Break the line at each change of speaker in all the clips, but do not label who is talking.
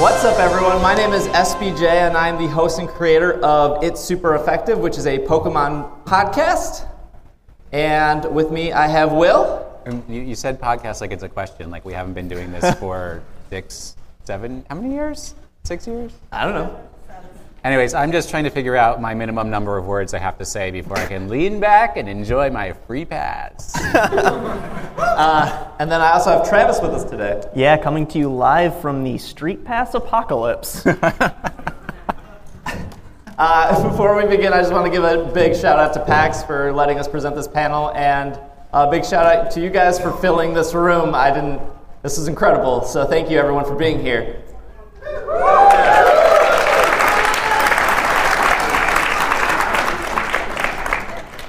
What's up, everyone? My name is SBJ, and I'm the host and creator of It's Super Effective, which is a Pokemon podcast. And with me, I have Will.
Um, You, you said podcast like it's a question. Like we haven't been doing this for six, seven, how many years? Six years?
I don't know.
Anyways, I'm just trying to figure out my minimum number of words I have to say before I can lean back and enjoy my free pass.
And then I also have Travis with us today.
Yeah, coming to you live from the Street Pass Apocalypse.
Uh, before we begin, I just want to give a big shout out to PAX for letting us present this panel, and a big shout out to you guys for filling this room. I didn't. This is incredible. So thank you, everyone, for being here.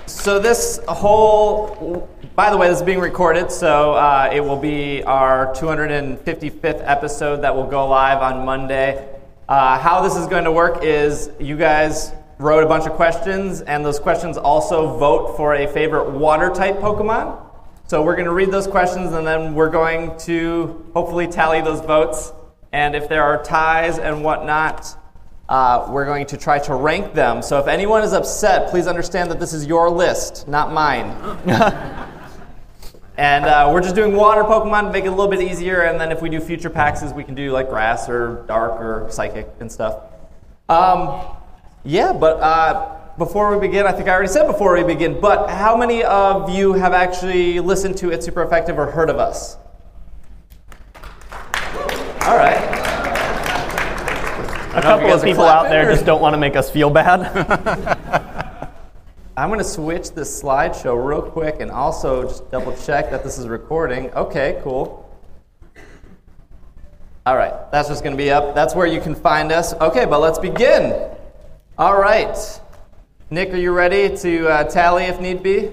So this whole, by the way, this is being recorded, so uh, it will be our 255th episode that will go live on Monday. Uh, how this is going to work is you guys wrote a bunch of questions, and those questions also vote for a favorite water type Pokemon. So we're going to read those questions, and then we're going to hopefully tally those votes. And if there are ties and whatnot, uh, we're going to try to rank them. So if anyone is upset, please understand that this is your list, not mine. and uh, we're just doing water Pokemon to make it a little bit easier. And then if we do future packs, we can do like grass or dark or psychic and stuff. Um, yeah, but uh, before we begin, I think I already said before we begin, but how many of you have actually listened to It's Super Effective or heard of us? All right.
A couple
guys
of
are
people out
clapping,
there
or-
just don't want to make us feel bad.
I'm going to switch this slideshow real quick and also just double check that this is recording. Okay, cool. All right, that's just going to be up. That's where you can find us. Okay, but let's begin. All right. Nick, are you ready to uh, tally if need be?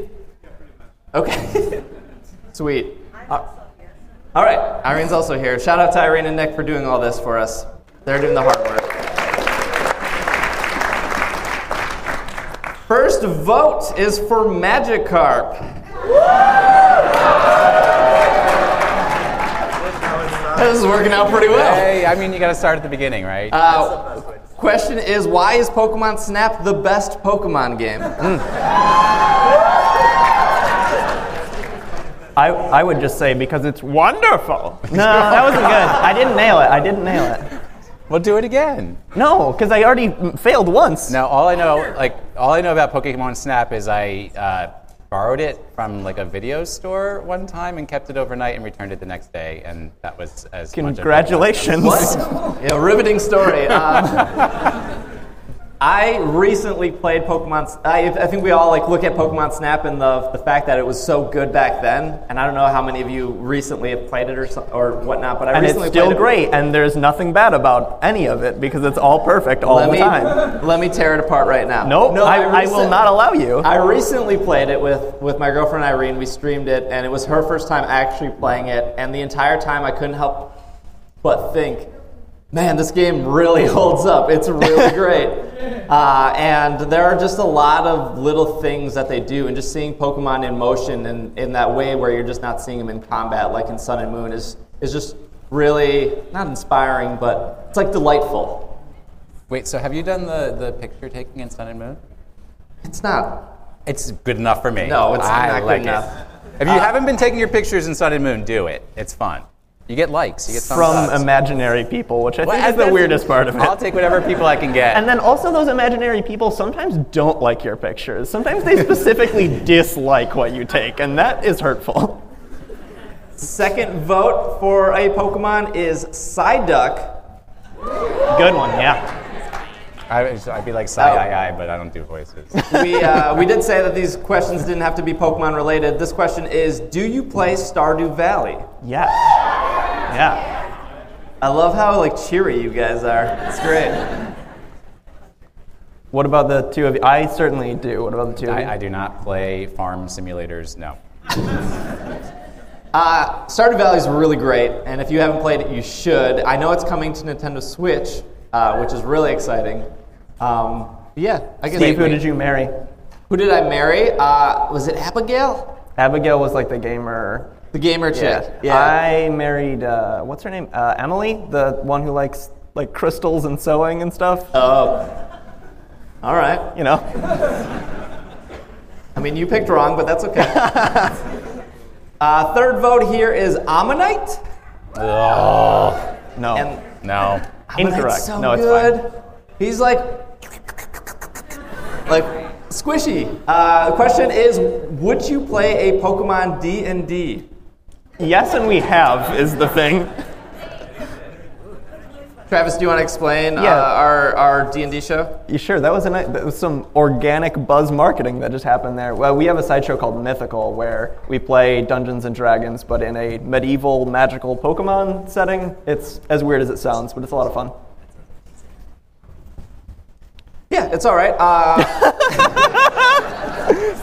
Okay. Sweet. Uh, all right, Irene's also here. Shout out to Irene and Nick for doing all this for us. They're doing the hard work. First vote is for Magikarp. this is working out pretty well.
hey, I mean, you got to start at the beginning, right?
Uh, question is why is Pokemon Snap the best Pokemon game?
I, I would just say because it's wonderful. No, that wasn't good. I didn't nail it. I didn't nail it.
we'll do it again.
No, because I already mm, failed once.
Now, all I know, like, all I know about Pokemon Snap is I uh, borrowed it from like a video store one time and kept it overnight and returned it the next day, and that was as much of it.
Congratulations.
yeah, riveting story. Um, I recently played Pokemon. S- I, I think we all like look at Pokemon Snap and the the fact that it was so good back then. And I don't know how many of you recently have played it or so, or whatnot, but I
And it's
recently
still
played it.
great, and there's nothing bad about any of it because it's all perfect all
Let
the
me
time.
let me tear it apart right now.
Nope, I, I will
recent-
not allow you.
I
Oh.
recently played it with, with my girlfriend Irene. We streamed it, and it was her first time actually playing it. And the entire time, I couldn't help but think, man, this game really holds up. It's really great. Uh, and there are just a lot of little things that they do, and just seeing Pokemon in motion and in that way where you're just not seeing them in combat, like in Sun and Moon, is, is just really not inspiring, but it's like delightful.
Wait, so have you done the, the picture taking in Sun and Moon?
It's not
It's good enough for me.
No, it's
I
not good
like it.
enough.
If you haven't been taking your pictures in Sun and Moon, do it. It's fun. You get likes. You get thumbs
From
ups.
imaginary people, which I
Well,
think is the
that's-
weirdest part of it.
I'll take whatever people I can get.
And then also, those imaginary people sometimes don't like your pictures. Sometimes they specifically dislike what you take, and that is hurtful.
Second vote for a Pokemon is Psyduck.
Good one, yeah.
I, would be like side eye eye, but I don't do voices.
We, uh, we did say that these questions didn't have to be Pokemon related. This question is Do you play Stardew Valley?
Yes. Yeah.
I love how like cheery you guys are. It's great.
What about the two of you? I certainly do. What about the two of you?
I, I do not play farm simulators. No.
Uh, Stardew Valley is really great, and if you haven't played it, you should. I know it's coming to Nintendo Switch, uh, which is really exciting. Um, yeah, I guess.
Steve, who did you marry?
Who did I marry? Uh, was it Abigail?
Abigail was like the gamer.
The gamer chick.
I married, uh, what's her name? Uh, Emily, the one who likes like crystals and sewing and stuff. Oh.
All right.
you know,
I mean, you picked wrong, but that's okay. uh, third vote here is Ammonite.
Oh,
no.
And
no.
Ammonite's
Incorrect.
So
No, it's
good. He's like, like squishy. Uh, the question is, would you play a Pokemon D and D?
yes, and we have is the thing.
Travis, do you want to explain
Yeah.
uh, our our D and D show?
You sure? That was, a, ni- that was some organic buzz marketing that just happened there. Well, we have a sideshow called Mythical where we play Dungeons and Dragons, but in a medieval magical Pokemon setting. It's as weird as it sounds, but it's a lot of fun.
Yeah, it's all right. Uh,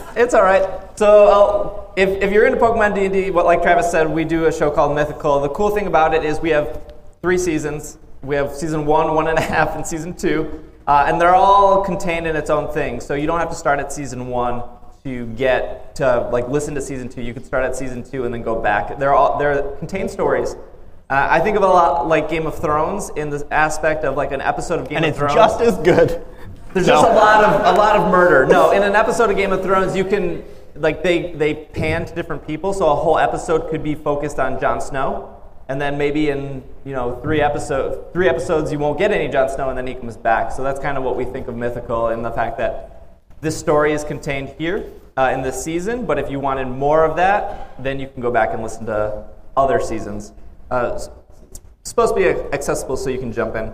it's all right. So uh, if, if you're into Pokemon D&D, what like Travis said, we do a show called Mythical. The cool thing about it is we have three seasons. We have season one, one and a half, and season two, uh, and they're all contained in its own thing. So you don't have to start at season one to get to like listen to season two. You can start at season two and then go back. They're all they're contained stories. Uh, I think of it a lot like Game of Thrones in the aspect of like an episode of Game
And
of
it's
Thrones.
just as good.
There's
No.
just a lot of a lot of murder. No, in an episode of Game of Thrones, you can like they they pan to different people, so a whole episode could be focused on Jon Snow, and then maybe in you know three episode three episodes you won't get any Jon Snow, and then he comes back. So that's kind of what we think of mythical and the fact that this story is contained here uh, in this season. But if you wanted more of that, then you can go back and listen to other seasons. Uh, it's supposed to be accessible, so you can jump in.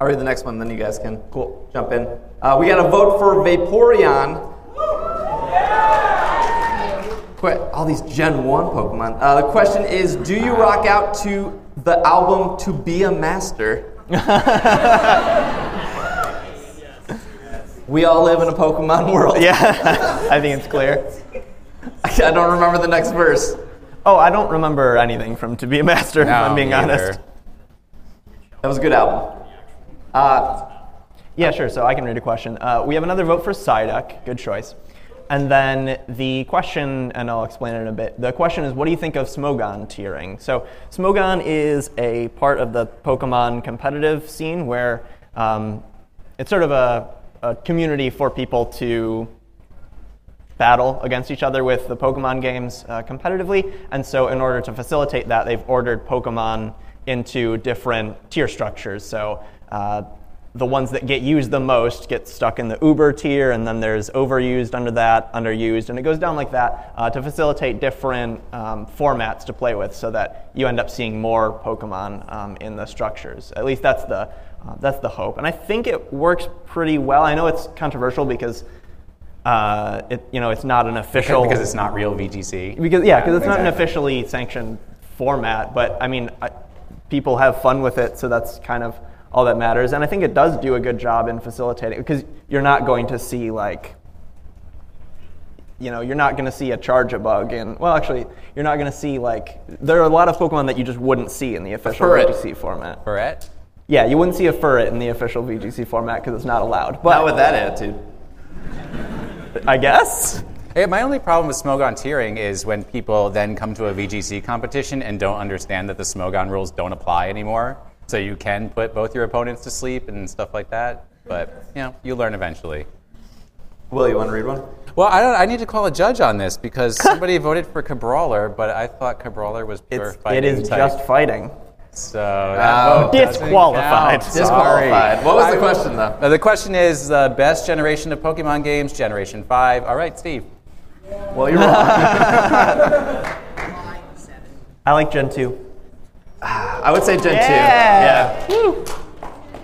I'll read the next one, then you guys can cool. jump in. Uh, we got a vote for Vaporeon. Quit all these Gen 1 Pokemon. Uh, the question is Do you rock out to the album To Be a Master? we all live in a Pokemon world.
Yeah, I think it's clear.
I don't remember the next verse.
Oh, I don't remember anything from To Be a Master, if
No,
I'm being
me either.
honest.
That was a good album. Uh,
Yeah, sure. So I can read a question. Uh, we have another vote for Psyduck. Good choice. And then the question, and I'll explain it in a bit. The question is, what do you think of Smogon tiering? So Smogon is a part of the Pokemon competitive scene where um, it's sort of a, a community for people to battle against each other with the Pokemon games uh, competitively. And so, in order to facilitate that, they've ordered Pokemon into different tier structures. So, uh, the ones that get used the most get stuck in the Uber tier, and then there's overused under that, underused, and it goes down like that uh, to facilitate different um, formats to play with, so that you end up seeing more Pokemon um, in the structures. At least that's the uh, that's the hope, and I think it works pretty well. I know it's controversial because uh, it, you know, it's not an official
Because it's not real VGC.
because yeah, because it's not an
exactly.
officially sanctioned format. But I mean, I, people have fun with it, so that's kind of all that matters. And I think it does do a good job in facilitating because you're not going to see like. You know, you're not going to see a charge a bug, and well, actually, you're not going to see like there are a lot of Pokemon that you just wouldn't see in the official
Furret.
VGC format.
Barrett?
Yeah, you wouldn't see a Furret in the official VGC format because it's not allowed.
not
But
with that attitude.
I guess
Hey, my only problem with Smogon tiering is when people then come to a VGC competition and don't understand that the Smogon rules don't apply anymore. So you can put both your opponents to sleep and stuff like that. But, you know, you learn eventually.
Will, you want to read one?
Well, I, don't, I need to call a judge on this because somebody voted for Cabrawler, but I thought Cabrawler was pure
it's, it
fighting
is
type.
just Uh, fighting.
So that
Oh.
vote doesn't
Disqualified.
count.
Disqualified. What was the
I-
question, though?
Uh, the question is the best generation of Pokemon games, Generation 5. All right, Steve.
Well, you're wrong.
I like Gen 2.
I would say Gen
Yeah.
2. Yeah.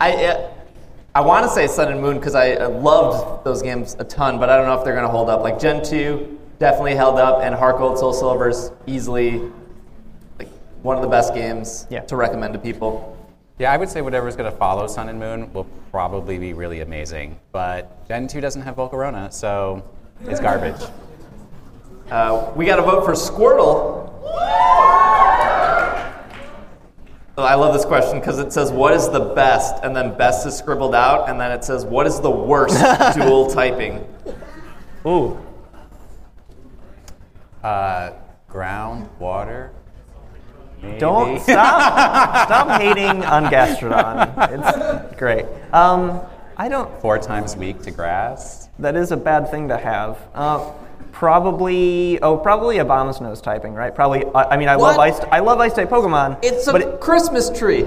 I, uh, I want to say Sun and Moon because I uh, loved those games a ton, but I don't know if they're going to hold up. Like Gen 2 definitely held up, and Heart Gold Soul Silver's easily like one of the best games
Yeah.
to recommend to people.
Yeah, I would say whatever's going to follow Sun and Moon will probably be really amazing. But Gen 2 doesn't have Volcarona, so it's garbage.
Uh, we got a vote for Squirtle. Oh, I love this question because it says, What is the best? And then best is scribbled out, and then it says, What is the worst dual typing?
Ooh.
uh, ground, water,
Don't stop. stop hating on Gastrodon. It's great. Um, I don't.
Four times a week to grass.
That is a bad thing to have. Uh, probably. Oh, probably Obama's nose typing, right? Probably. I I mean, I love
What?
ice. I love ice type Pokemon.
It's a
but it-
Christmas tree.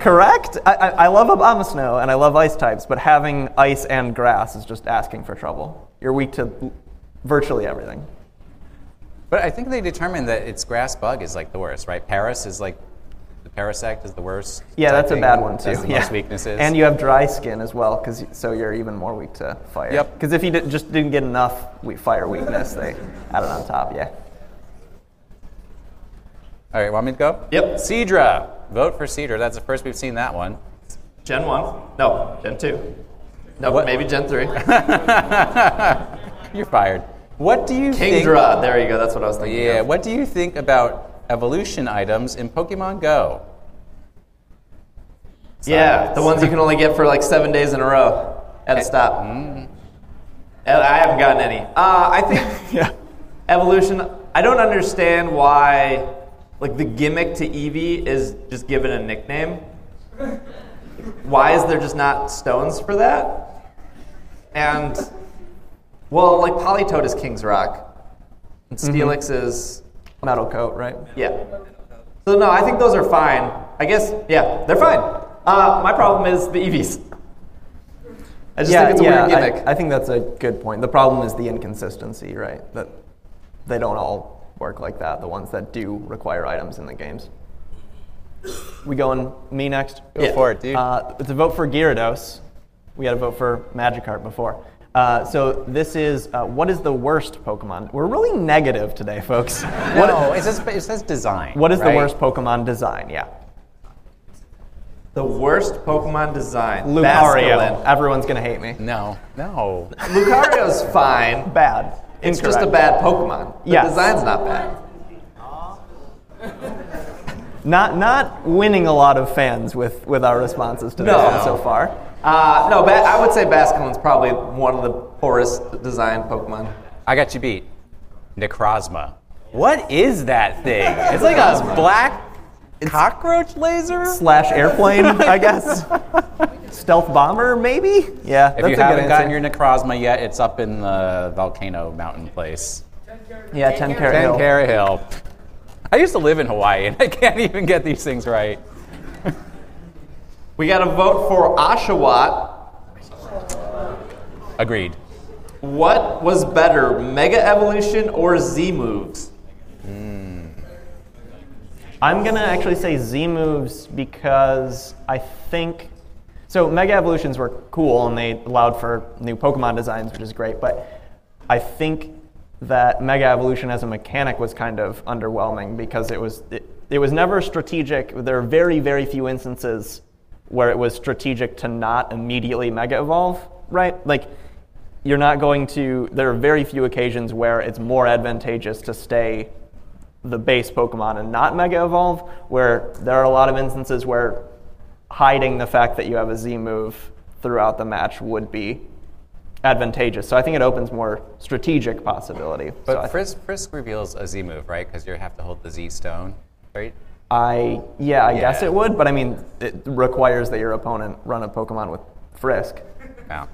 correct. I, I, I love Obama Snow and I love ice types, but having ice and grass is just asking for trouble. You're weak to virtually everything.
But I think they determined that it's grass bug is like the worst, right? Paris is like the Parasect is the worst.
Yeah, that's
typing.
a bad one too.
That's the
yeah.
most weaknesses.
And you have dry skin as well, because so you're even more weak to fire.
Yep.
Because if you did, just didn't get enough we- fire weakness, they add it on top. Yeah.
All right, want me to go?
Yep.
Cedra. Vote for Cedra. That's the first we've seen that one.
Gen 1. No, Gen 2. No,
What?
maybe Gen 3.
You're fired. What do you think?
Kingdra. There you go. That's what I was thinking.
Yeah.
of.
What do you think about evolution items in Pokemon Go?
Yeah, the ones you can only get for like seven days in a row at a stop. And Mm-hmm. I haven't gotten any. Uh, I think
Yeah.
evolution. I don't understand why, like the gimmick to Eevee is just give it a nickname. Why is there just not stones for that? And well, like Politoed is King's Rock, and Steelix is
Metal coat, right?
yeah. So no, I think those are fine. I guess yeah, they're fine. Uh, my problem is the EVs. I just think it's a weird
I-
gimmick.
I, think that's a good point. The problem is the inconsistency, right? That they don't all work like that. The ones that do require items in the games. We going me next?
Go
Yeah.
for it, dude.
Uh, to vote for Gyarados, we had to vote for Magikarp before. Uh, so this is uh, what is the worst Pokemon? We're really negative today, folks.
what,
What,
no, it says, it says design.
what is
right?
the worst Pokemon design? Yeah,
the worst Pokemon design.
Lucario. Everyone's gonna hate me.
No. No.
Basculin. Lucario's fine.
Bad.
It's just a
Incorrect.
bad Pokemon. The
Yes.
design's not bad.
Not not winning a lot of fans with with our responses to this
No.
one so far.
Uh, no, ba- I would say Basculin's probably one of the poorest designed Pokemon.
I got you beat. Necrozma. What is that thing? It's like a black cockroach laser.
Slash airplane, I guess. Stealth bomber, maybe. Yeah,
If you
that's a good
haven't
answer.
gotten your Necrozma yet, it's up in the volcano mountain place.
yeah ten carat
Ten
hill.
Cara Hill. I used to live in Hawaii, and I can't even get these things right.
We got to vote for Oshawott.
Agreed.
What was better, Mega Evolution or Z moves?
I'm gonna actually say Z moves because I think so. Mega evolutions were cool and they allowed for new Pokemon designs, which is great. But I think that Mega Evolution as a mechanic was kind of underwhelming because it was it, it was never strategic. There are very very few instances where it was strategic to not immediately Mega Evolve, right? Like you're not going to. There are very few occasions where it's more advantageous to stay the base Pokemon and not Mega Evolve, where there are a lot of instances where hiding the fact that you have a Z move throughout the match would be advantageous. So I think it opens more strategic possibility. so I,
But Frisk, Frisk reveals a Z move, right? Because you have to hold the Z stone, right?
I yeah, I guess
Yeah.
it would, but I mean, it requires that your opponent run a Pokemon with Frisk.
No.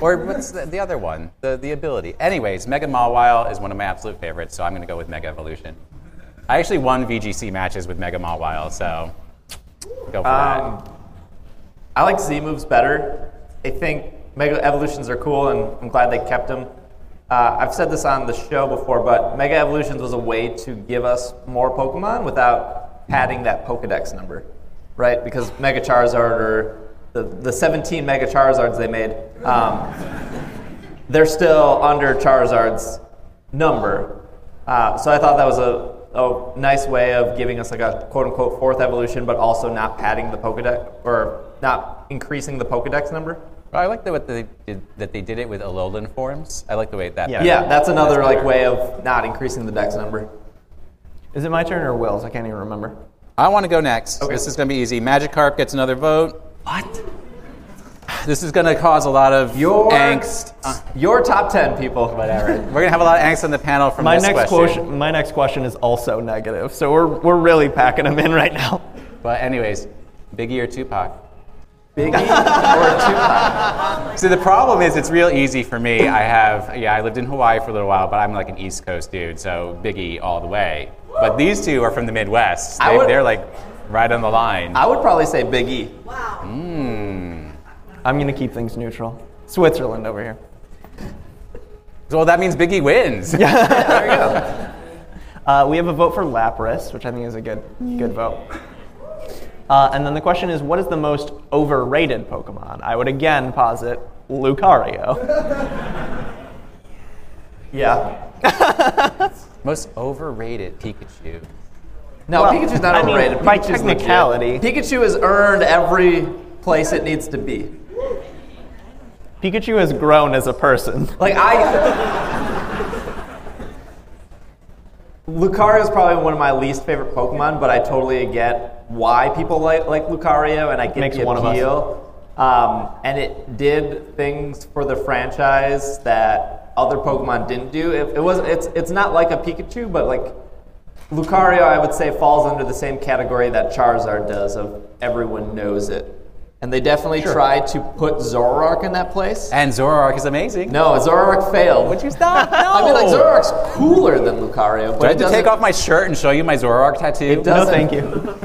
or what's the, the other one? The, the ability. Anyways, Mega Mawile is one of my absolute favorites, so I'm going to go with Mega Evolution. I actually won VGC matches with Mega Mawile, so go for
Um, I like Z moves better. I think mega evolutions are cool, and I'm glad they kept them. Uh, I've said this on the show before, but mega evolutions was a way to give us more Pokemon without padding that Pokedex number, right? Because Mega Charizard or the, the 17 Mega Charizards they made, um, they're still under Charizard's number. Uh, so I thought that was a, a nice way of giving us like a quote unquote fourth evolution, but also not padding the Pokedex or not increasing the Pokedex number.
that. Well, I like the, what they did, that they did it with Alolan forms. I like the way that.
Yeah.
Yeah, that's another like way of not increasing the dex number.
Is it my turn or Will's? I can't even remember.
I want to go next.
Okay.
This is going to be easy. Magikarp gets another vote.
What?
This is going to cause a lot of
Your
angst. Uh,
Your top ten people.
whatever. We're going to have a lot of angst on the panel from
My
this
next
question.
question. My next question is also negative, so we're we're really packing them in right now.
But anyways, Biggie or Tupac?
Biggie or Tupac?
See, the problem is it's real easy for me. I have, yeah, I lived in Hawaii for a little while, but I'm like an East Coast dude, so Biggie all the way. But these two are from the Midwest.
I
They,
would-
they're like right on the line.
I would probably say E. Biggie.
I'm gonna keep things neutral. Switzerland over here.
well, that means Biggie wins. Yeah.
There you go.
Uh, we have a vote for Lapras, which I think is a good good vote. Uh, and then the question is, what is the most overrated Pokemon? I would again posit Lucario.
Yeah.
Most overrated Pikachu.
No,
Well,
Pikachu's not
I mean,
overrated.
by
Pikachu's legit.
technicality.
Pikachu has earned every place it needs to be.
Pikachu has grown as a person.
Like I. Lucario is probably one of my least favorite Pokemon, but I totally get why people like, like Lucario, and I get
Makes
the
one of us.
appeal. Um, and it did things for the franchise that other Pokemon didn't do. It, it was it's it's not like a Pikachu, but like Lucario, I would say falls under the same category that Charizard does. Of everyone knows it, and they definitely tried to put Zoroark in that place.
And Zoroark is amazing.
No, Zoroark failed.
Would you stop? No.
I mean, like Zoroark's cooler than Lucario,
Do I
but
have
it
to
doesn't.
take off my shirt and show you my Zoroark tattoo?
It
No,
doesn't-
thank you.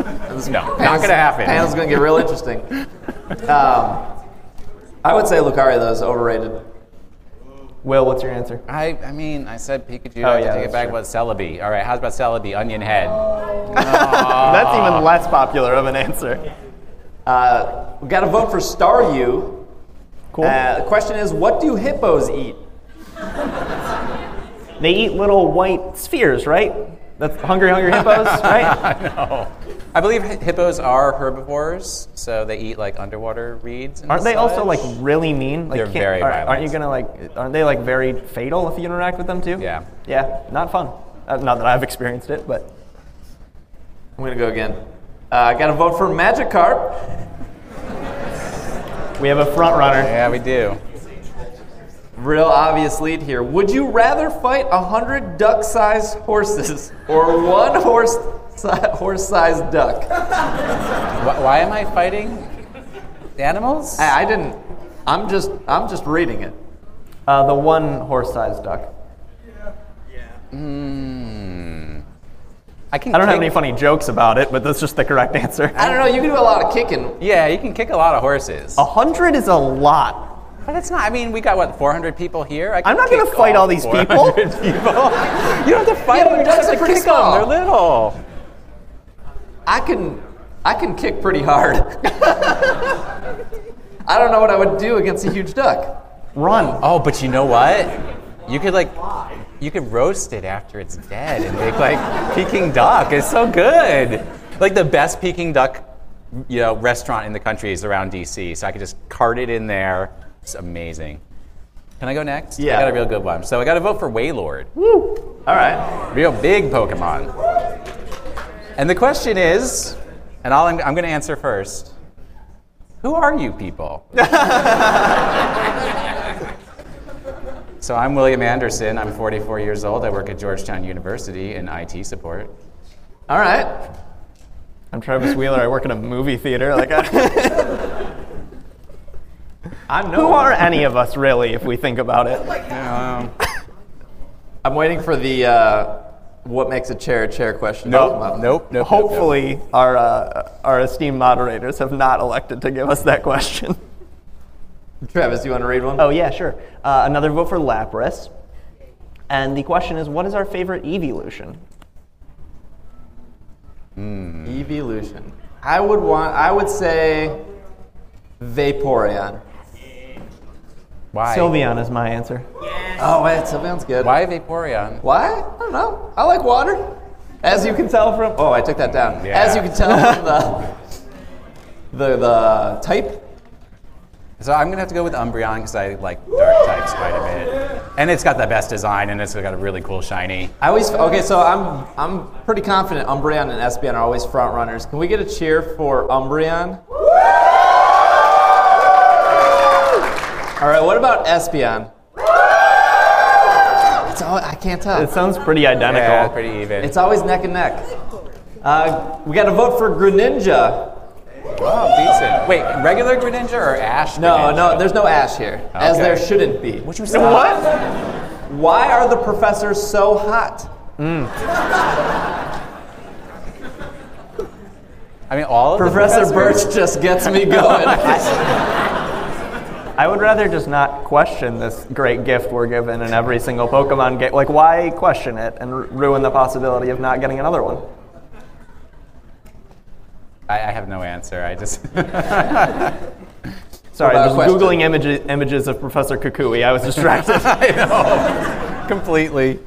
No, not gonna happen.
Panel's gonna get real interesting. Um, I would say Lucario though is overrated.
Will, what's your answer?
I, I mean, I said Pikachu.
Oh,
I have to
yeah,
take
that's
it back.
true.
What Celebi? All right, how's about Celebi? Onion head.
Uh, That's even less popular of an answer.
Uh, we got to vote for Staryu.
Cool.
Uh, the question is, what do hippos eat?
they eat little white spheres, right? That's Hungry Hungry Hippos, right?
no. I believe hi- hippos are herbivores, so they eat like underwater reeds. And
Aren't they also like
such.
really mean? Like,
They're
can't-
very
are, Aren't
violent.
you gonna like? Aren't they like very fatal if you interact with them too?
Yeah.
Yeah. Not fun. Uh, not that I've experienced it, but
I'm gonna go again. Uh, I got to vote for Magikarp.
we have a front runner.
Yeah, we do.
Real obvious lead here. Would you rather fight a hundred duck-sized horses or one horse horse-sized duck?
Why, why am I fighting the animals?
I, I didn't. I'm just. I'm just reading it.
Uh, the one horse-sized duck.
Hmm. I can.
I don't have
kick-
any funny jokes about it, but that's just the correct answer.
I don't know. You can do a lot of kicking.
Yeah, you can kick a lot of horses,
A hundred is a lot.
but it's not. I mean, we got what 400 people here. I can
I'm not gonna
kick
fight all these people.
400 People. you don't have to fight
Yeah, but
them. You
ducks
just have
are
to
pretty
kick them.
small.
They're little.
I can. I can kick pretty hard. I don't know what I would do against a huge duck.
Run.
Oh, but you know what? You could like, you could roast it after it's dead and make like Peking duck. It's so good. Like the best Peking duck, you know, restaurant in the country is around DC. So I could just cart it in there. It's amazing. Can I go next?
Yeah.
I got a real good one. So I got to vote for Waylord.
All right.
Real big Pokemon. And the question is, and I'll, I'm going to answer first. Who are you people? so I'm William Anderson. I'm 44 years old. I work at Georgetown University in IT support.
All right.
I'm Travis Wheeler. I work in a movie theater. Like, I,
I'm no.
who are any of us really, if we think about it?
Um,
I'm waiting for the. Uh, what makes a chair a chair question? to come
Oh, nope,
up.
nope, nope.
Hopefully, our uh, our esteemed moderators have not elected to give us that question.
Travis, you want to read one?
Oh yeah, sure. Uh, another vote for Lapras. And the question is, what is our favorite evolution?
Evolution. I would want. I would say. Vaporeon.
Why?
Sylveon is my answer.
Oh wait, Sylveon's good.
Why Vaporeon?
Why? I don't know. I like water. As you can tell from oh, I took that down.
Yeah.
As you can tell from the the the type.
So I'm gonna have to go with Umbreon because I like dark types quite a bit, and it's got the best design, and it's got a really cool shiny.
I always okay. So I'm I'm pretty confident Umbreon and Espeon are always front runners. Can we get a cheer for Umbreon? All right, what about Espion? It's all, I can't tell.
It sounds pretty identical.
Yeah, pretty even.
It's always neck and neck. Uh, we got to vote for Greninja.
oh, decent. Wait, regular Greninja or Ash?
No,
Greninja?
no, there's no ash here, as
Okay.
there shouldn't be.
Which was
What?
Why are the professors so hot?
I mean, all of the
Professor
professors-
Birch just gets me going.
I would rather just not question this great gift we're given in every single Pokemon game. Like, why question it and r- ruin the possibility of not getting another one?
I, I have no answer. I just.
Sorry,
Without
I was
question.
googling images, images of Professor Kukui. I was distracted.
I know. Completely.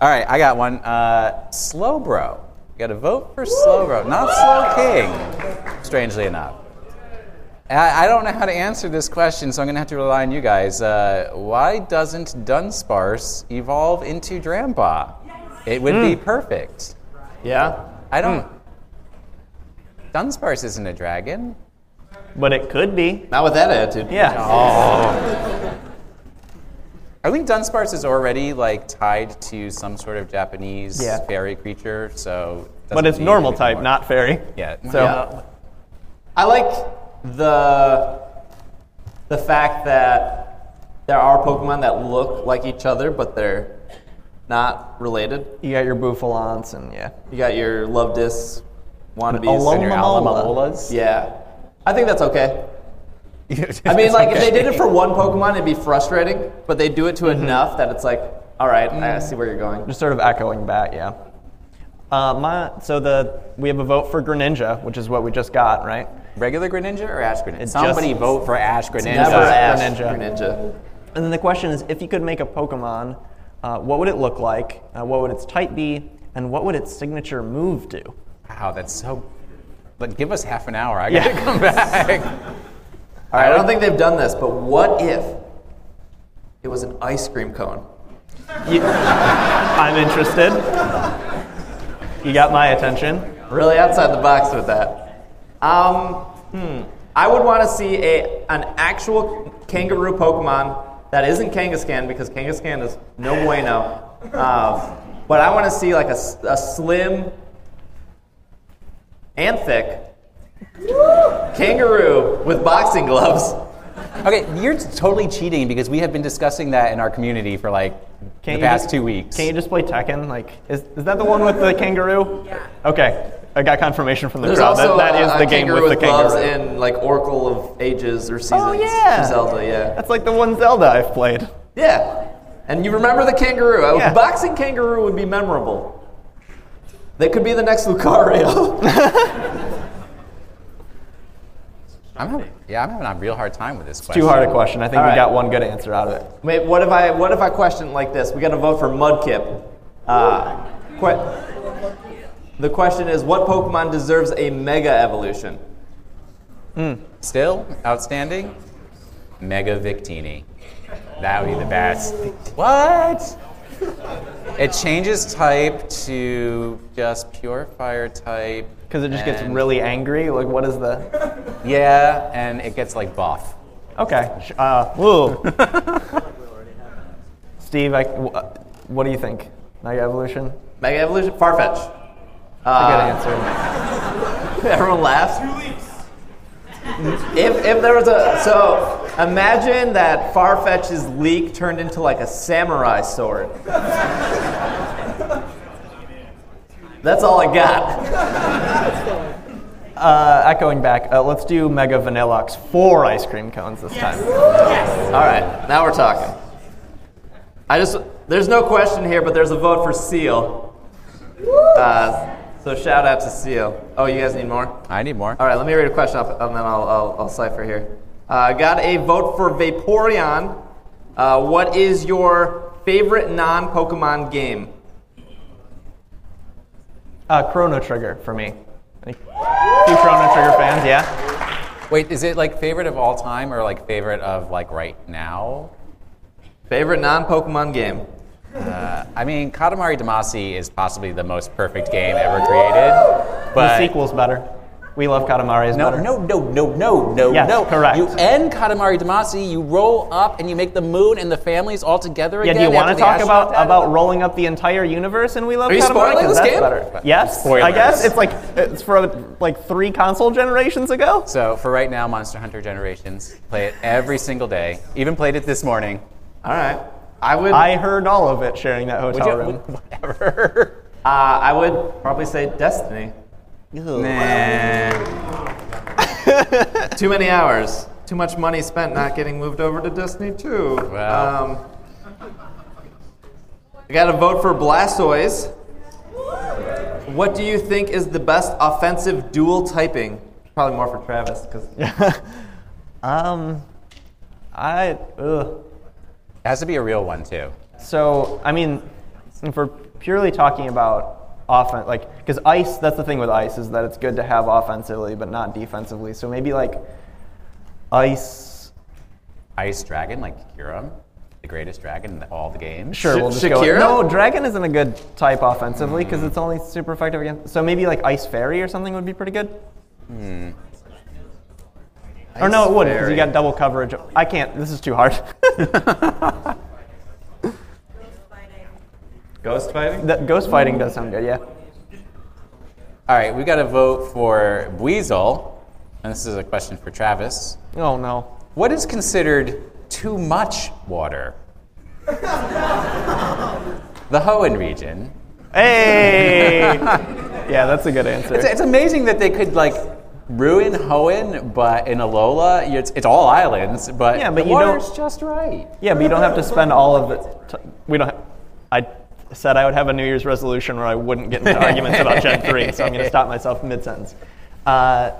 All right, I got one. Uh, Slowbro. Got to vote for Slowbro, not Slow King. Strangely enough. I I don't know how to answer this question, so I'm going to have to rely on you guys. Uh, why doesn't Dunsparce evolve into Drampa? It would
Hmm.
be perfect.
yeah?
I don't.
Hmm.
Dunsparce isn't a dragon.
but it could be.
Not with that attitude. Oh.
Yeah.
I think Dunsparce is already like tied to some sort of Japanese
Yeah.
fairy creature, so. it
But
doesn't
it's
need
normal
anything
type,
more.
not fairy.
Yeah.
So,
Yeah. I like the the fact that there are Pokemon that look like each other, but they're not related.
you got your Buffalance and yeah.
You got your Lovedis, wannabes,
Alone
and your
Alomomola.
Alamamolas. Yeah, I think that's okay. I
I
mean, like if they did it for one Pokemon, it'd be frustrating. But they do it to enough that it's like, all right, I see where you're going.
Just sort of echoing back, yeah. Uh, my, so the we have a vote for Greninja, which is what we just got, right?
regular Greninja or Ash Greninja.
It's
Somebody
just-
vote for Ash Greninja.
Never
Greninja.
Ash
Greninja.
Greninja.
And then the question is, if you could make a Pokemon, uh, what would it look like? Uh, what would its type be? And what would its signature move do?
Wow, that's so. But give us half an hour. I
Yeah.
gotta come back.
All right, I don't
would-
think they've done this, but what if it was an ice cream cone?
You- I'm interested. You got my attention.
Really outside the box with that. Um, hmm. I would want to see a an actual kangaroo Pokemon that isn't Kangaskhan because Kangaskhan is no bueno. Uh, but I want to see like a, s- a slim and thick kangaroo with boxing gloves.
Okay, you're totally cheating because we have been discussing that in our community for like the
Can't you
past
just-
two weeks.
Can't you just play Tekken? Like, is, is that the one with the kangaroo? Yeah. Okay, I got confirmation from the
There's
crowd.
also
that, that
a,
is
a
the game
kangaroo
with the kangaroo.
gloves in like Oracle of Ages or Seasons.
Oh, yeah.
from Zelda, yeah.
That's like the one Zelda I've played.
Yeah. And you remember the kangaroo. A
Yeah.
boxing kangaroo would be memorable. They could be the next Lucario.
I'm having, yeah, I'm having a real hard time with this question.
Too hard a question. I think
All
we
right.
got one good answer out of it.
Wait, what if I what if I question it like this? We got to vote for Mudkip. Uh, que- the question is, what Pokemon deserves a mega evolution?
Still outstanding. Mega Victini. That would be the best. What? It changes type to just pure fire type.
Because it just gets
and-
really angry. Like, what is the?
Yeah, and it gets like buff.
Okay. sh- Uh, whoa. Steve, I, w- uh, what do you think? Mega evolution.
Mega evolution, Farfetch.
Good
Uh,
answer.
Everyone laughs. If, if there was a so imagine that Farfetch's leak turned into like a samurai sword. That's all I got.
Uh, echoing back, uh, let's do Mega Vanillax four ice cream cones this time.
All right, now we're talking. I just there's no question here, but there's a vote for Seal. Uh, so shout out to Seal. Oh, you guys need more.
I need more.
All right, let me read a question up, and then I'll, I'll, I'll cipher here. Uh, got a vote for Vaporeon. Uh, what is your favorite non-Pokemon game?
Uh, Chrono Trigger for me. Any- Few Chrono Trigger fans, yeah.
Wait, is it like favorite of all time or like favorite of like right now?
Favorite non-Pokemon game?
I mean, Katamari Damacy is possibly the most perfect game ever created. But
The sequel's better. We love Katamari's
No,
better.
no, no, no, no, no,
Yes,
no.
correct.
You end Katamari Damacy, you roll up, and you make the moon and the families all together
Yeah,
again.
do you want
after
to
the
talk
astronaut
about
died?
about rolling up the entire universe in We Love
Are you
Katamari?
spoiling
'Cause
this
that's
game?
better. Yes, I
Spoilers.
guess it's like it's for like three console generations ago.
So for right now, Monster Hunter Generations, play it every single day. Even played it this morning.
All right. I would.
I heard all of it sharing that hotel
you-
room.
Whatever.
Uh, I would probably say Destiny.
nah.
Too many hours. Too much money spent not getting moved over to Destiny 2.
Wow.
Um, I got to vote for Blastoise. What do you think is the best offensive dual typing? Probably more for Travis because
Um, I ugh.
It has to be a real one too.
so I mean, if we're purely talking about offense, like because ice, that's the thing with ice is that it's good to have offensively but not defensively. So maybe like ice.
Ice Dragon, like Kyurem, the greatest dragon in all the games.
Sure,
Sha-
we'll just go. with-
Shakira?
No, dragon isn't a good type offensively because it's only super effective against. So maybe like ice fairy or something would be pretty good. or no, it wouldn't because you got double coverage. I can't. This is too hard.
ghost fighting.
That ghost fighting does sound good. Yeah.
All right, we got to vote for Buizel, and this is a question for Travis.
Oh no.
What is considered too much water? the Hoenn region.
Hey! yeah, that's a good answer.
It's, it's amazing that they could like ruin Hoenn, but in Alola, it's, it's all islands, but
Yeah, but
the
you don't-
water's just right.
yeah, but you don't have to spend all of the. T- we don't. Have, I said I would have a New Year's resolution where I wouldn't get into arguments about Gen Three, so I'm going to stop myself mid sentence. Uh,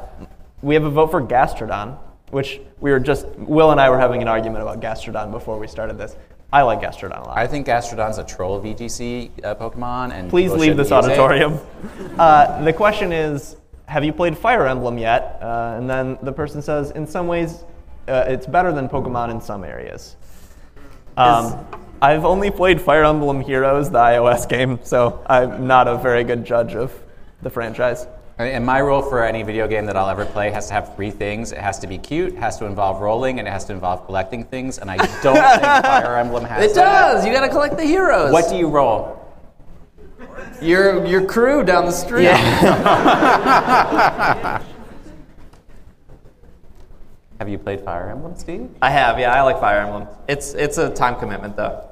we have a vote for Gastrodon, which we were just Will and I were having an argument about Gastrodon before we started this. I like Gastrodon a lot.
I think Gastrodon's a troll VGC uh, Pokemon, and
Please
people
leave
shouldn't
this
use it.
auditorium. Uh, the question is, have you played Fire Emblem yet? Uh, and then the person says, in some ways, uh, it's better than Pokemon in some areas. Um, I've only played Fire Emblem Heroes, the iOS game, so I'm not a very good judge of the franchise.
And- And my rule for any video game that I'll ever play has to have three things. It has to be cute, it has to involve rolling, and it has to involve collecting things. And I don't think Fire Emblem has.
It
that.
does. You got to collect the heroes.
What do you roll?
your your crew down the street?
Have you played Fire Emblem, Steve?
I have, yeah. I like Fire Emblem. It's it's a time commitment though.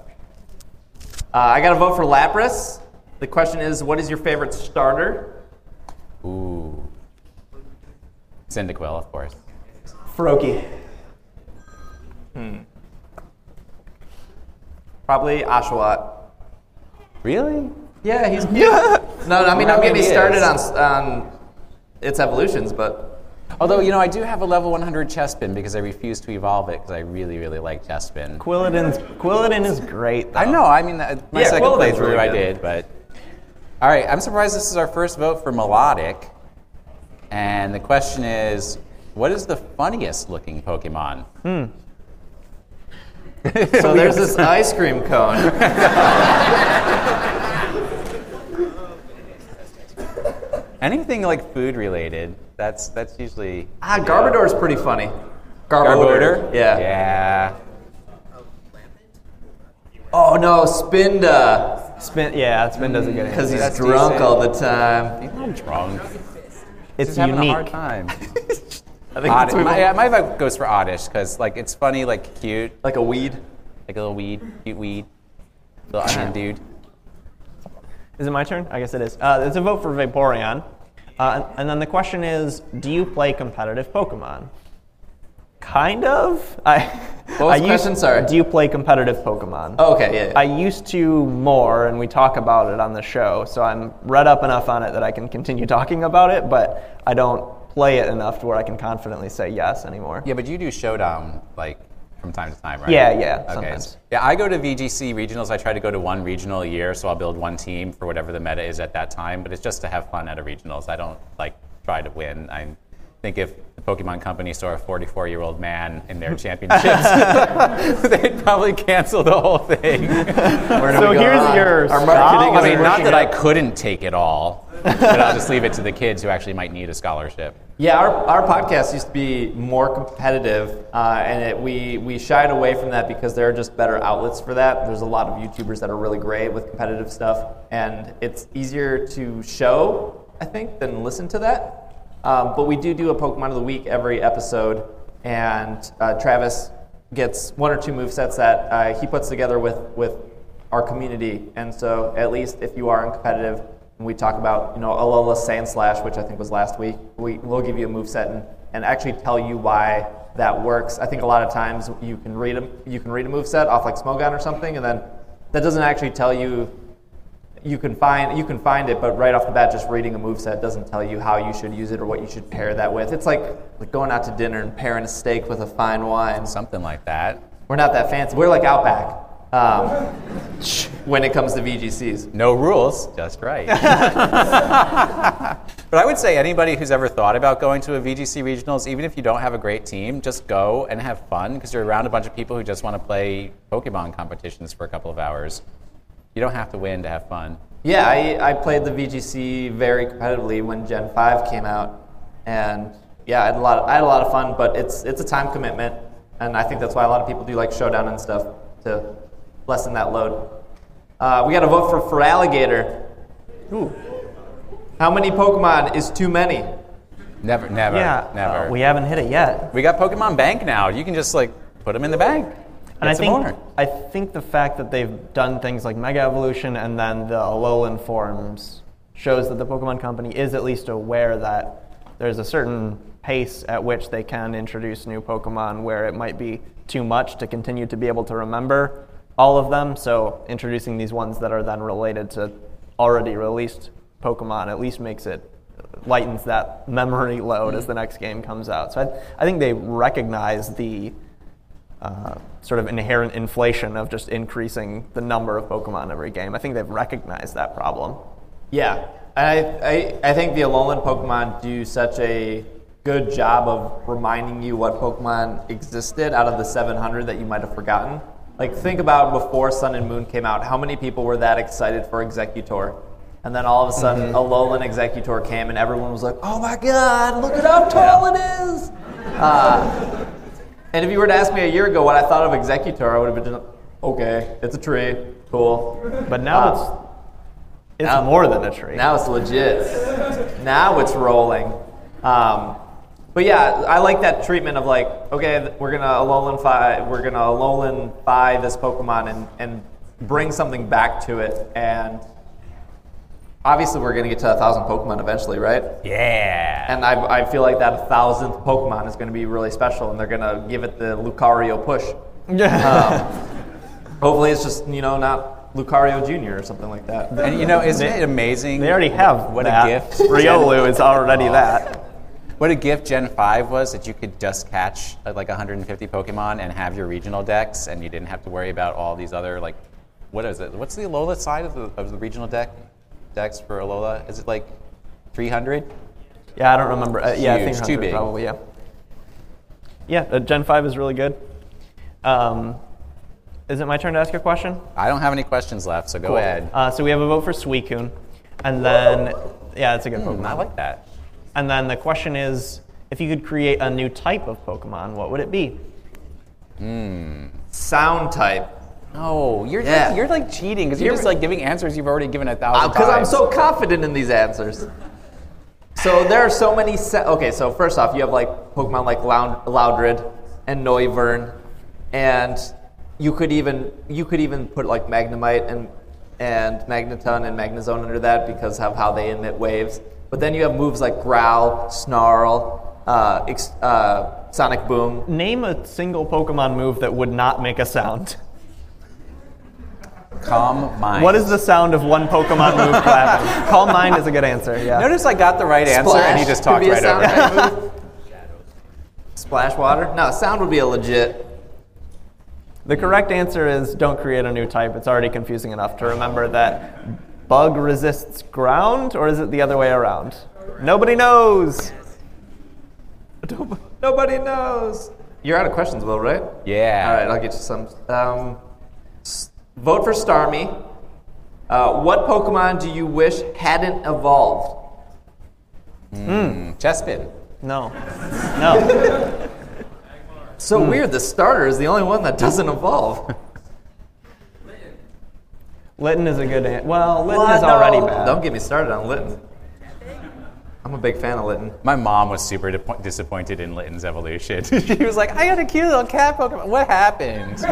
Uh, I got to vote for Lapras. The question is, what is your favorite starter?
Ooh. Cyndaquil, of course.
Froakie.
Probably Oshawott.
Really?
Yeah, he's no. I mean, don't get me
He is.
started on s- on its evolutions, but
Although, you know, I do have a level 100 Chespin because I refuse to evolve it because I really, really like Chespin.
Quilladin's, Quilladin is great, though.
I know. I mean, that- my
Yeah,
second
Quilladin's
playthrough
really
I
good.
did, but all right. I'm surprised this is our first vote for melodic, and the question is, what is the funniest looking Pokemon?
so there's this ice cream cone.
Anything like food related? That's that's usually
Ah, Garbodor's pretty funny.
Garbodor.
Yeah.
Yeah.
Oh no, Spinda,
Spin, yeah, Spin does a good
because
answer.
he's
That's
drunk
decent.
all the time.
He's not drunk.
It's
He's having a hard
unique.
time.
I think
Oddish.
that's what
My,
we-
yeah, my vote goes for Oddish because like it's funny, like cute,
like a weed.
like a little weed, cute weed, little onion dude.
Is it my turn? I guess it is. Uh, it's a vote for Vaporeon. Uh, and, and then the question is do you play competitive Pokemon? Kind of. I,
What was
I
the
used-
question? Sorry.
Do you play competitive Pokemon?
Oh, okay, yeah. yeah.
I used to more, and we talk about it on the show, so I'm read up enough on it that I can continue talking about it, but I don't play it enough to where I can confidently say yes anymore.
Yeah, but you do showdown like from time to time, right?
Yeah, yeah,
Okay.
sometimes.
Yeah, I go to VGC regionals. I try to go to one regional a year, so I'll build one team for whatever the meta is at that time. But it's just to have fun at a regionals. I don't like try to win. I think if the Pokemon Company saw a 44 year old man in their championships, they'd probably cancel the whole thing.
So here's your
Our
marketing
marketing
I
is
mean, not
working
that I
out.
couldn't take it all, but I'll just leave it to the kids who actually might need a scholarship.
Yeah, our, our podcast used to be more competitive, uh, and it, we, we shied away from that because there are just better outlets for that. There's a lot of YouTubers that are really great with competitive stuff, and it's easier to show, I think, than listen to that. Um, but we do do a Pokemon of the Week every episode, and uh, Travis gets one or two movesets that uh, he puts together with, with our community. And so, at least if you are in competitive, and we talk about, you know, Alola Sand Slash, which I think was last week, we will give you a move set and, and actually tell you why that works. I think a lot of times you can read a, you can read a move set off like Smogon or something, and then that doesn't actually tell you. You can find you can find it, but right off the bat, just reading a move set doesn't tell you how you should use it or what you should pair that with. It's like, like going out to dinner and pairing a steak with a fine wine.
Something like that.
We're not that fancy. We're like Outback um, when it comes to VGCs.
No rules, just right. but I would say anybody who's ever thought about going to a VGC regionals, even if you don't have a great team, just go and have fun because you're around a bunch of people who just want to play Pokemon competitions for a couple of hours. You don't have to win to have fun.
Yeah, I, I played the VGC very competitively when Gen 5 came out. And yeah, I had a lot, I had a lot of fun, but it's, it's a time commitment. And I think that's why a lot of people do like Showdown and stuff to lessen that load. Uh, we got to vote for for alligator. Ooh. How many Pokemon is too many?
Never, never,
Yeah, uh,
never.
We
we,
haven't hit it yet.
got Pokemon Bank now. You can just like put them in the bank.
And I
Get some
think
more.
I think the fact that they've done things like Mega Evolution and then the Alolan forms shows that the Pokemon Company is at least aware that there's a certain pace at which they can introduce new Pokemon where it might be too much to continue to be able to remember all of them. So introducing these ones that are then related to already released Pokemon at least makes it lightens that memory load as the next game comes out. So I, I think they recognize the uh, sort of inherent inflation of just increasing the number of Pokemon every game. I think they've recognized that problem.
Yeah, and I, I, I think the Alolan Pokemon do such a good job of reminding you what Pokemon existed out of the 700 that you might have forgotten. Like, think about before Sun and Moon came out, how many people were that excited for Executor? And then all of a sudden, Alolan Executor came, and everyone was like, oh my god, look at how tall it is! Uh, and if you were to ask me a year ago what I thought of Executor, I would have been, okay, it's a tree, cool.
But now
Uh,
it's it's
now-
more than a tree.
Now it's legit. now it's rolling. Um, but yeah, I like that treatment of like, okay, th- we're gonna Alolan five, we're gonna Alolan five this Pokemon and and bring something back to it. And obviously, we're gonna get to a thousand Pokemon eventually, right?
yeah.
And I, I feel like that thousandth Pokemon is gonna be really special, and they're gonna give it the Lucario push. Um, hopefully, it's just you know not Lucario Junior or something like that.
And you know, isn't it amazing?
they already have
what
that.
a gift.
Riolu is already that.
What a gift Gen 5 was that you could just catch uh, like 150 Pokemon and have your regional decks, and you didn't have to worry about all these other like, what is it? What's the Alola side of the, of the regional deck decks for Alola? Is it like 300?
Yeah, I don't remember. Uh, yeah, I think
Huge, too
100
big.
probably. Yeah. Yeah, uh, Gen Five is really good. Um, is it my turn to ask a question?
I don't have any questions left, so go ahead.
Uh, so we have a vote for Suicune, and then yeah, it's a good
Hmm,
Pokemon.
I like that.
And then the question is, if you could create a new type of Pokemon, what would it be?
Sound type.
Oh, you're
Yeah.
like, you're like cheating because you're,
You're-
just like giving answers you've already given a thousand
because I'm
times.
so confident in these answers. So there are so many. Se- okay, so first off, you have like Pokemon like Lound- Loudred and Noivern, and you could even you could even put like Magnemite and and Magneton and Magnezone under that because of how they emit waves. But then you have moves like Growl, Snarl, uh, ex- uh, Sonic Boom.
Name a single Pokemon move that would not make a sound.
calm mind.
What is the sound of one Pokemon move clapping? Calm Mind is a good answer. Yeah.
Notice I got the right answer and he
Splash
just
could
talked
be a
right
sound
over. it.
type move. Splash water? No, sound would be a legit.
The correct answer is don't create a new type. It's already confusing enough to remember that bug resists ground, or is it the other way around? Nobody knows.
Nobody knows. You're out of questions, Will, right?
Yeah.
All right, I'll get you some. Um, s- vote for Starmie. Uh, what Pokemon do you wish hadn't evolved?
Chespin.
No. No.
So
Hmm.
weird. The starter is the only one that doesn't evolve.
Litton is a good answer. Well, Litton
What?
is already
No.
bad.
Don't get me started on Litton. I'm a big fan of Litton.
My mom was super dip- disappointed in Litton's evolution. she was like, I got a cute little cat Pokemon. What happened?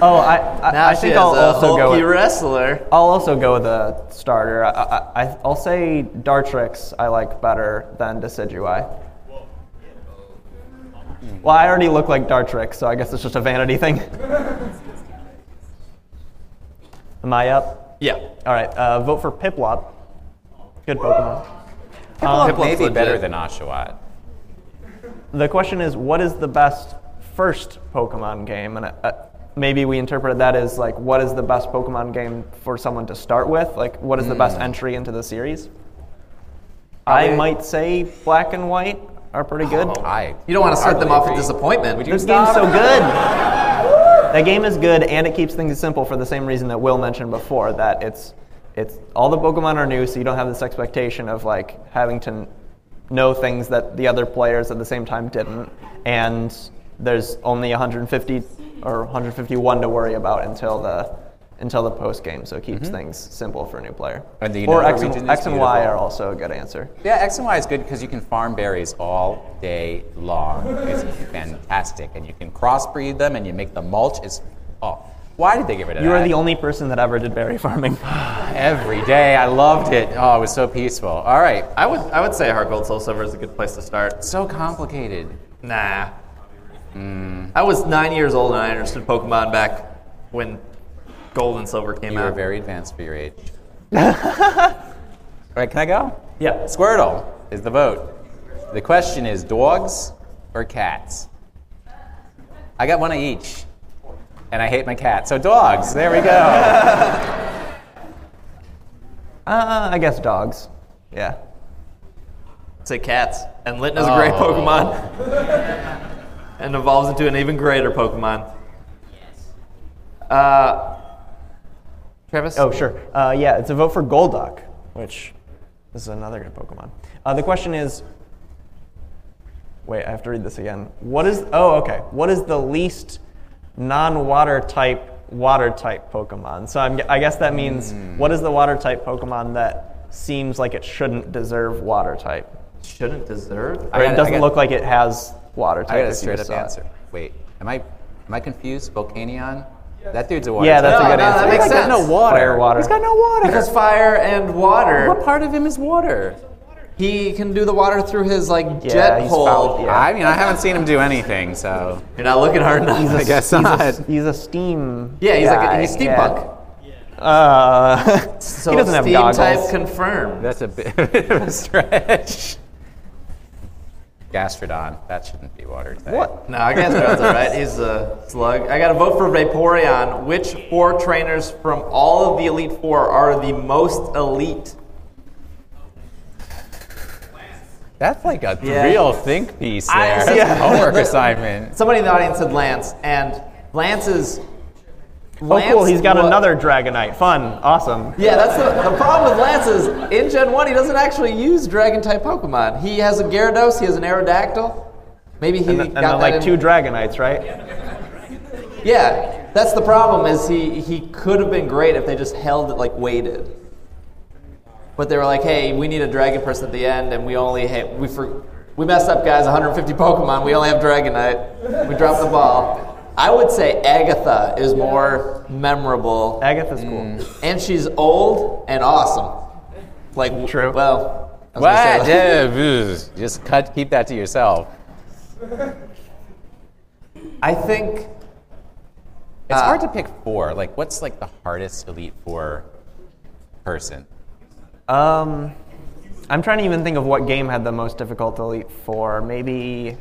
oh, I, I,
Now
I
she
think
is
I'll
a
also go.
hulky
With,
wrestler.
I'll also go with a starter. I, I, I- I'll say Dartrix I like better than Decidueye. Well, I already look like Dartrix, so I guess it's just a vanity thing. Am I up?
Yeah.
All right. Uh, vote for Piplup. Good Pokemon. Uh,
Um,
Piplup
maybe
legit.
better than Oshawott.
The question is, what is the best first Pokemon game? And uh, maybe we interpret that as like, what is the best Pokemon game for someone to start with? Like, what is the best entry into the series? I
Probably-
might say Black and White are pretty good.
I.
You don't want to start them
hardly
off with
agree.
disappointment.
Would you
this game's so good. that game is good, and it keeps things simple for the same reason that Will mentioned before that it's it's all the Pokemon are new, so you don't have this expectation of like having to n- know things that the other players at the same time didn't, and there's only 150 or 151 to worry about until the until the post game, so it keeps things simple for a new player.
And Mm-hmm. the
or
Unova
X and,
region is
X and Y
beautiful.
are also a good answer.
Yeah, X and Y is good because you can farm berries all day long. It's fantastic. And you can crossbreed them and you make the mulch. It's. Oh. Why did they get rid of
You
that?
are the only person that ever did berry farming.
Every day. I loved it. Oh, it was so peaceful. All right.
I would, I would say Heart Gold Soul Silver is a good place to start.
So complicated.
Nah. Mm. I was nine years old and I understood Pokemon back when Gold and Silver came
You were
out.
very advanced for your age. All right, can I go?
yeah.
Squirtle is the vote. The question is dogs or cats? I got one of each. And I hate my cat. So dogs, there we go.
Uh, I guess dogs. Yeah.
Say cats. And Litten is a great
Oh.
Pokemon. and evolves into an even greater Pokemon. Uh, Travis?
Oh, sure. Uh, yeah, it's a vote for Golduck, which this is another good Pokemon. Uh, the question is wait, I have to read this again. What is, oh, okay. What is the least non water type water type Pokemon? So I'm, gu- I guess that means
Hmm.
what is the water type Pokemon that seems like it shouldn't deserve water type?
Shouldn't deserve?
I got
Or
it,
it
I
doesn't
got it.
look like it has water type.
I got
if
a
you
straight up
saw it.
answer. Wait, am I am I confused? Volcanion? That dude's a water.
Yeah, that's
No,
a good
no, that
answer.
makes
He's got
sense.
no water.
Fire water.
He's got no water.
Because fire and
what
water.
part of him is water?
He can do the water through his like
Yeah,
jet
he's
hole.
found- yeah.
I mean, I haven't seen him do anything, so
You're not looking hard enough.
I guess not.
He's a steam.
Yeah, he's like
guy,
a, he's
yeah.
steampunk.
Uh,
So
he doesn't have
steam
goggles.
type confirmed.
That's a bit of a stretch. Gastrodon, that shouldn't be water type.
What?
No, I guess that's all right. He's a slug. I got to vote for Vaporeon. Which four trainers from all of the Elite Four are the most elite?
That's like a
Yeah.
real think piece there.
I-
That's
yeah.
a homework assignment.
Somebody in the audience said Lance, and Lance is.
Oh, cool.
Lance
He's got
wa-
another Dragonite. Fun. Awesome.
Yeah, that's the, the problem with Lance is in Gen 1, he doesn't actually use dragon type Pokemon. He has a Gyarados, he has an Aerodactyl. Maybe he
And, th- and
got
then,
that
like,
in-
two Dragonites, right?
Yeah, that's the problem. Is he he could have been great if they just held it like waited. But they were like, hey, we need a dragon person at the end, and we only hey we for, we messed up, guys. 150 Pokemon. We only have Dragonite. We dropped the ball. I would say Agatha is more memorable,
Agatha's cool.
and she's old and awesome. Like
True.
Well, I was gonna say that.
What? Yeah, booze. Just cut. Keep that to yourself.
I think
It's
Uh,
hard to pick four. Like, what's like the hardest elite four person? Mm.
Um, I'm trying to even think of what game had the most difficult Elite Four. Maybe.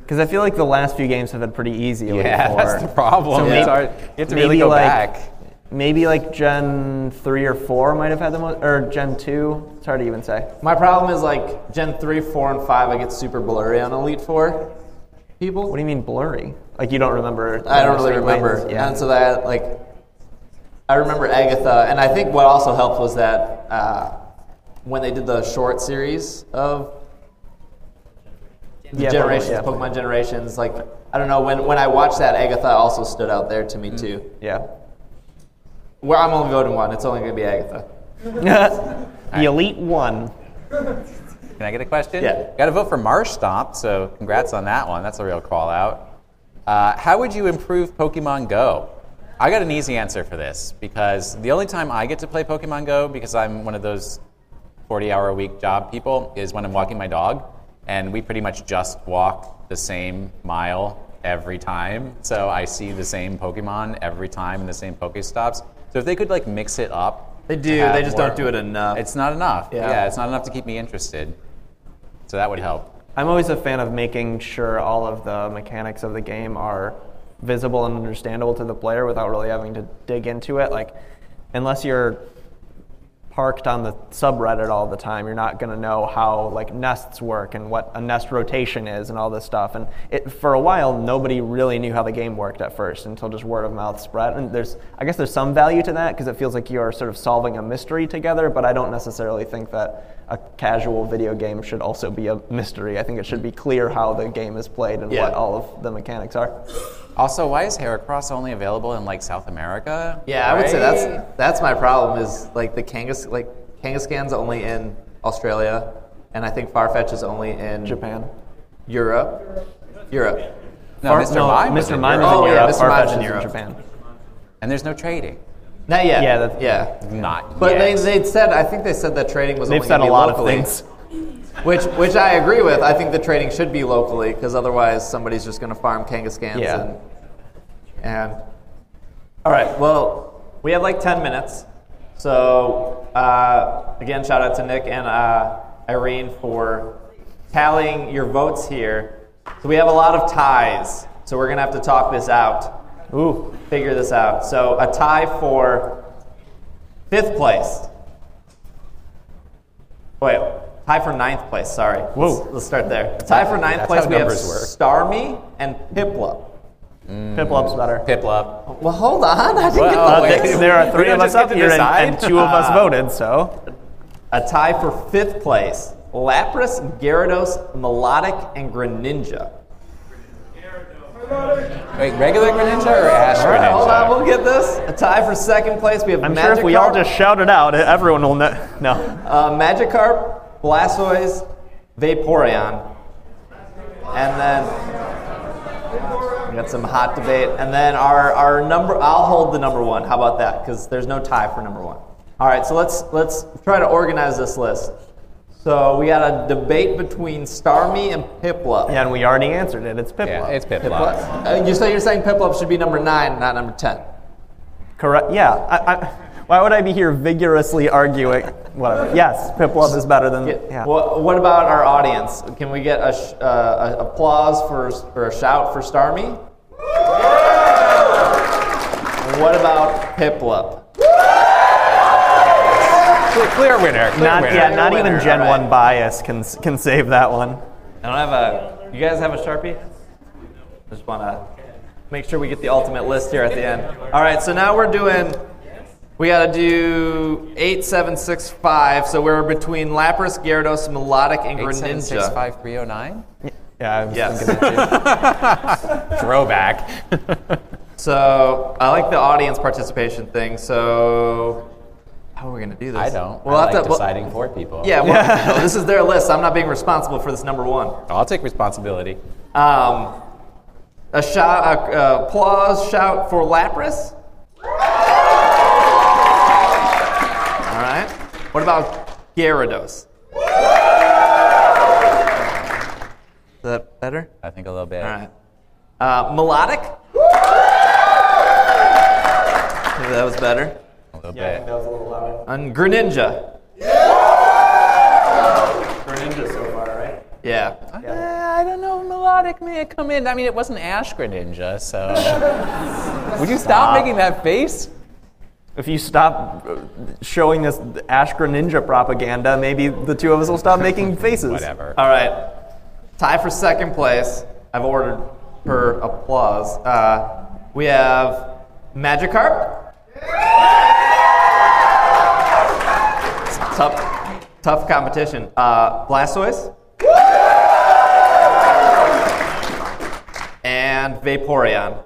Because I feel like the last few games have been pretty easy Elite
Yeah,
Four.
that's the problem.
So
it's
maybe-
hard. You have to
maybe
really go
like-
back.
Maybe like Gen 3 or 4 might have had the most, or Gen 2. It's hard to even say.
My problem is like Gen 3, 4, and 5, I get super blurry on Elite Four people.
What do you mean blurry? Like you don't remember?
I don't really
straight lanes.
remember.
Yeah.
And so that like I remember Agatha, and I think what also helped was that uh, when they did the short series of the
Yeah, Pokemon,
generations,
yeah.
Pokemon generations, like I don't know when when I watched that, Agatha also stood out there to me too.
yeah.
Where I'm only voting one, it's only going to be Agatha.
the elite one.
Can I get a question?
Yeah.
Got to vote for Marsh Stomp, so congrats on that one. That's a real call out. Uh, how would you improve Pokemon Go? I got an easy answer for this because the only time I get to play Pokemon Go, because I'm one of those 40 hour a week job people, is when I'm walking my dog. And we pretty much just walk the same mile every time. So I see the same Pokemon every time and the same Pokestops. So if they could like mix it up.
They
to
do,
have
they just
more-
don't do it enough.
It's not enough.
Yeah.
yeah, it's not enough to keep me interested. So that would help.
I'm always a fan of making sure all of the mechanics of the game are visible and understandable to the player without really having to dig into it. Like, unless you're parked on the subreddit all the time, you're not going to know how like nests work and what a nest rotation is and all this stuff. And it, for a while, nobody really knew how the game worked at first until just word of mouth spread. And there's, I guess, there's some value to that because it feels like you're sort of solving a mystery together. But I don't necessarily think that a casual video game should also be a mystery. I think it should be clear how the game is played and
Yeah.
what all of the mechanics are.
Also, why is Heracross only available in like South America?
Yeah, I would say
Right?
that's that's my problem is like the Kangas like Kangaskhan's only in Australia, and I think Farfetch is only in
Japan.
Europe. Europe.
no, Mr.
No,
Mime. was
Mr.
in
Mime is
Europe.
Oh,
in
yeah,
Europe.
Mr.
Farfetch
Mime's in
is
Europe.
Japan.
and there's no trading.
Not yet.
Yeah, that's-
yeah.
Not
But
yet.
they they said I think they said that trading was
They've
only
said
gonna
a
be
lot
locally,
of things.
Which which I agree with. I think the trading should be locally because otherwise somebody's just going to farm Kangaskhan's
Yeah.
and and all right. Well, we have like ten minutes, so uh, again, shout out to Nick and uh, Irene for tallying your votes here. So we have a lot of ties. So we're gonna have to talk this out,
Ooh.
figure this out. So a tie for fifth place. Wait, tie for ninth place. Sorry.
Whoa.
Let's, let's start there. Tie for ninth
That's
place.
how
We have
numbers work.
Starmie and Piplup.
Piplup's better.
Piplup.
Well, hold on. I didn't
Well,
get the
wait.
list.
Th- there are
We
three
don't
of us
just get
up
to
here, and,
decide?
and two of us
Ah.
voted. So
Uh, A tie for fifth place Lapras, Gyarados, Melodic, and Greninja.
Wait, regular Greninja or Ash
All right,
Greninja?
hold on, we'll get this. A tie for second place. We have
I'm
Magikarp,
sure if we all just shout it out, everyone will know. No,
uh, Magikarp, Blastoise, Vaporeon, and then we got some hot debate. And then our, our number, I'll hold the number one. How about that? Because there's no tie for number one. All right, so let's let's try to organize this list. So we got a debate between Starmie and Piplup.
yeah, and we already answered it. It's Piplup.
Yeah, it's Piplup.
Piplup. Uh, you say you're saying Piplup should be number nine, not number ten.
correct. Yeah. I, I, why would I be here vigorously arguing? Whatever. Yes, Piplup is better than. Yeah.
What, what about our audience? Can we get a, sh- uh, a applause for or a shout for Starmie? And what about Piplup?
Clear, clear winner. Clear
not,
winner.
yeah, not
Winner,
even Gen
all right.
One bias can s- can save that one.
I don't have a. You guys have a sharpie? I just want to make sure we get the ultimate list here at the end. All right, so now we're doing. We got to do eight, seven, six, five. So we're between Lapras, Gyarados, Melodic, and
Eight seven six
Greninja.
five three zero nine.
Yeah. I was
Yes.
thinking that too.
Throwback.
So I like the audience participation thing. So how are we going to do this?
I don't.
We'll
I
have
like
to. well-
deciding for people.
yeah. Well, no, this is their list. I'm not being responsible for this number one.
I'll take responsibility.
Um, a shout, a, uh, applause shout for Lapras. All right. What about Gyarados? Is that better?
I think a little bit.
All right. Uh, melodic. Maybe that was better.
A little bit.
And Greninja.
Greninja so far, right?
Yeah.
Uh, I don't know. Melodic may have come in. I mean, it wasn't Ash Greninja, so. Would you stop making that face?
If you stop uh, showing this Ashgra Ninja propaganda, maybe the two of us will stop making faces.
Whatever.
All right. Tie for second place. I've ordered per applause. Uh, we have Magikarp. tough, tough competition. Uh, Blastoise. and Vaporeon.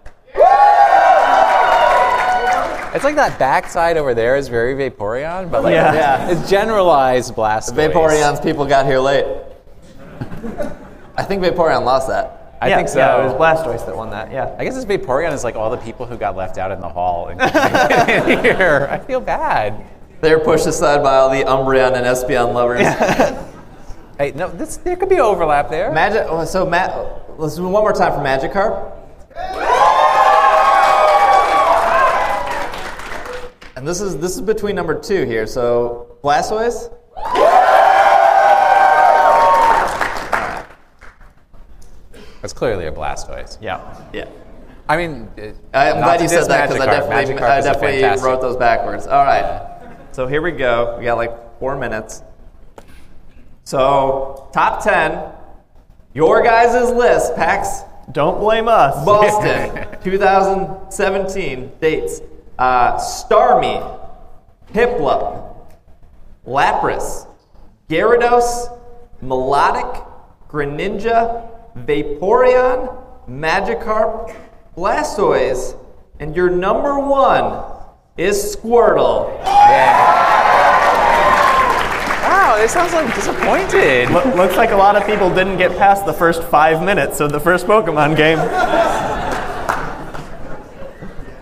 It's like that backside over there is very Vaporeon, but like
Yeah.
Yeah.
it's generalized Blastoise.
Vaporeon's people got here late. I think Vaporeon lost that.
I
Yeah,
think so.
Yeah, it was Blastoise that won that. Yeah.
I guess this Vaporeon is like all the people who got left out in the hall and couldn't get in here. I feel bad.
They were pushed aside by all the Umbreon and Espeon lovers.
Hey, no, this, there could be overlap there.
Magic. oh, So Matt, let's do one more time for Magikarp. And this is this is between number two here. So Blastoise.
That's clearly a Blastoise.
Yeah.
Yeah.
I mean, uh,
I'm
not
glad
to
you said
diss
that because I
Magikarp.
definitely
Magikarp
I
is a
definitely
fantastic-
wrote those backwards. All right. So here we go. We got like four minutes. So top ten, your guys' list, PAX
Don't blame us.
Boston, 2017 dates. Uh, Starmie, Hiplup, Lapras, Gyarados, Melodic, Greninja, Vaporeon, Magikarp, Blastoise, and your number one is Squirtle.
Wow, this sounds like disappointed.
Lo- looks like a lot of people didn't get past the first five minutes of the first Pokemon game.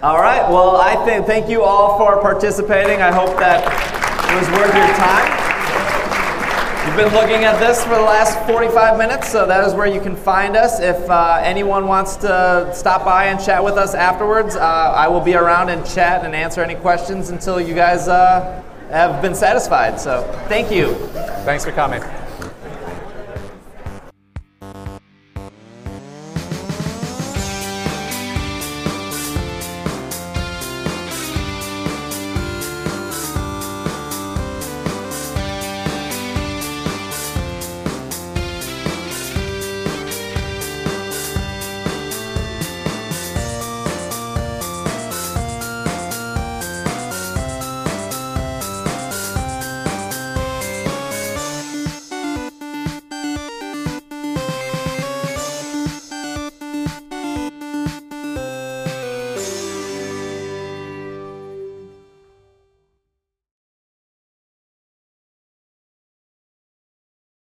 All right. Well, I think thank you all for participating. I hope that it was worth your time. You've been looking at this for the last 45 minutes, so that is where you can find us. If uh, anyone wants to stop by and chat with us afterwards, uh, I will be around and chat and answer any questions until you guys uh, have been satisfied. So, thank you.
Thanks for coming.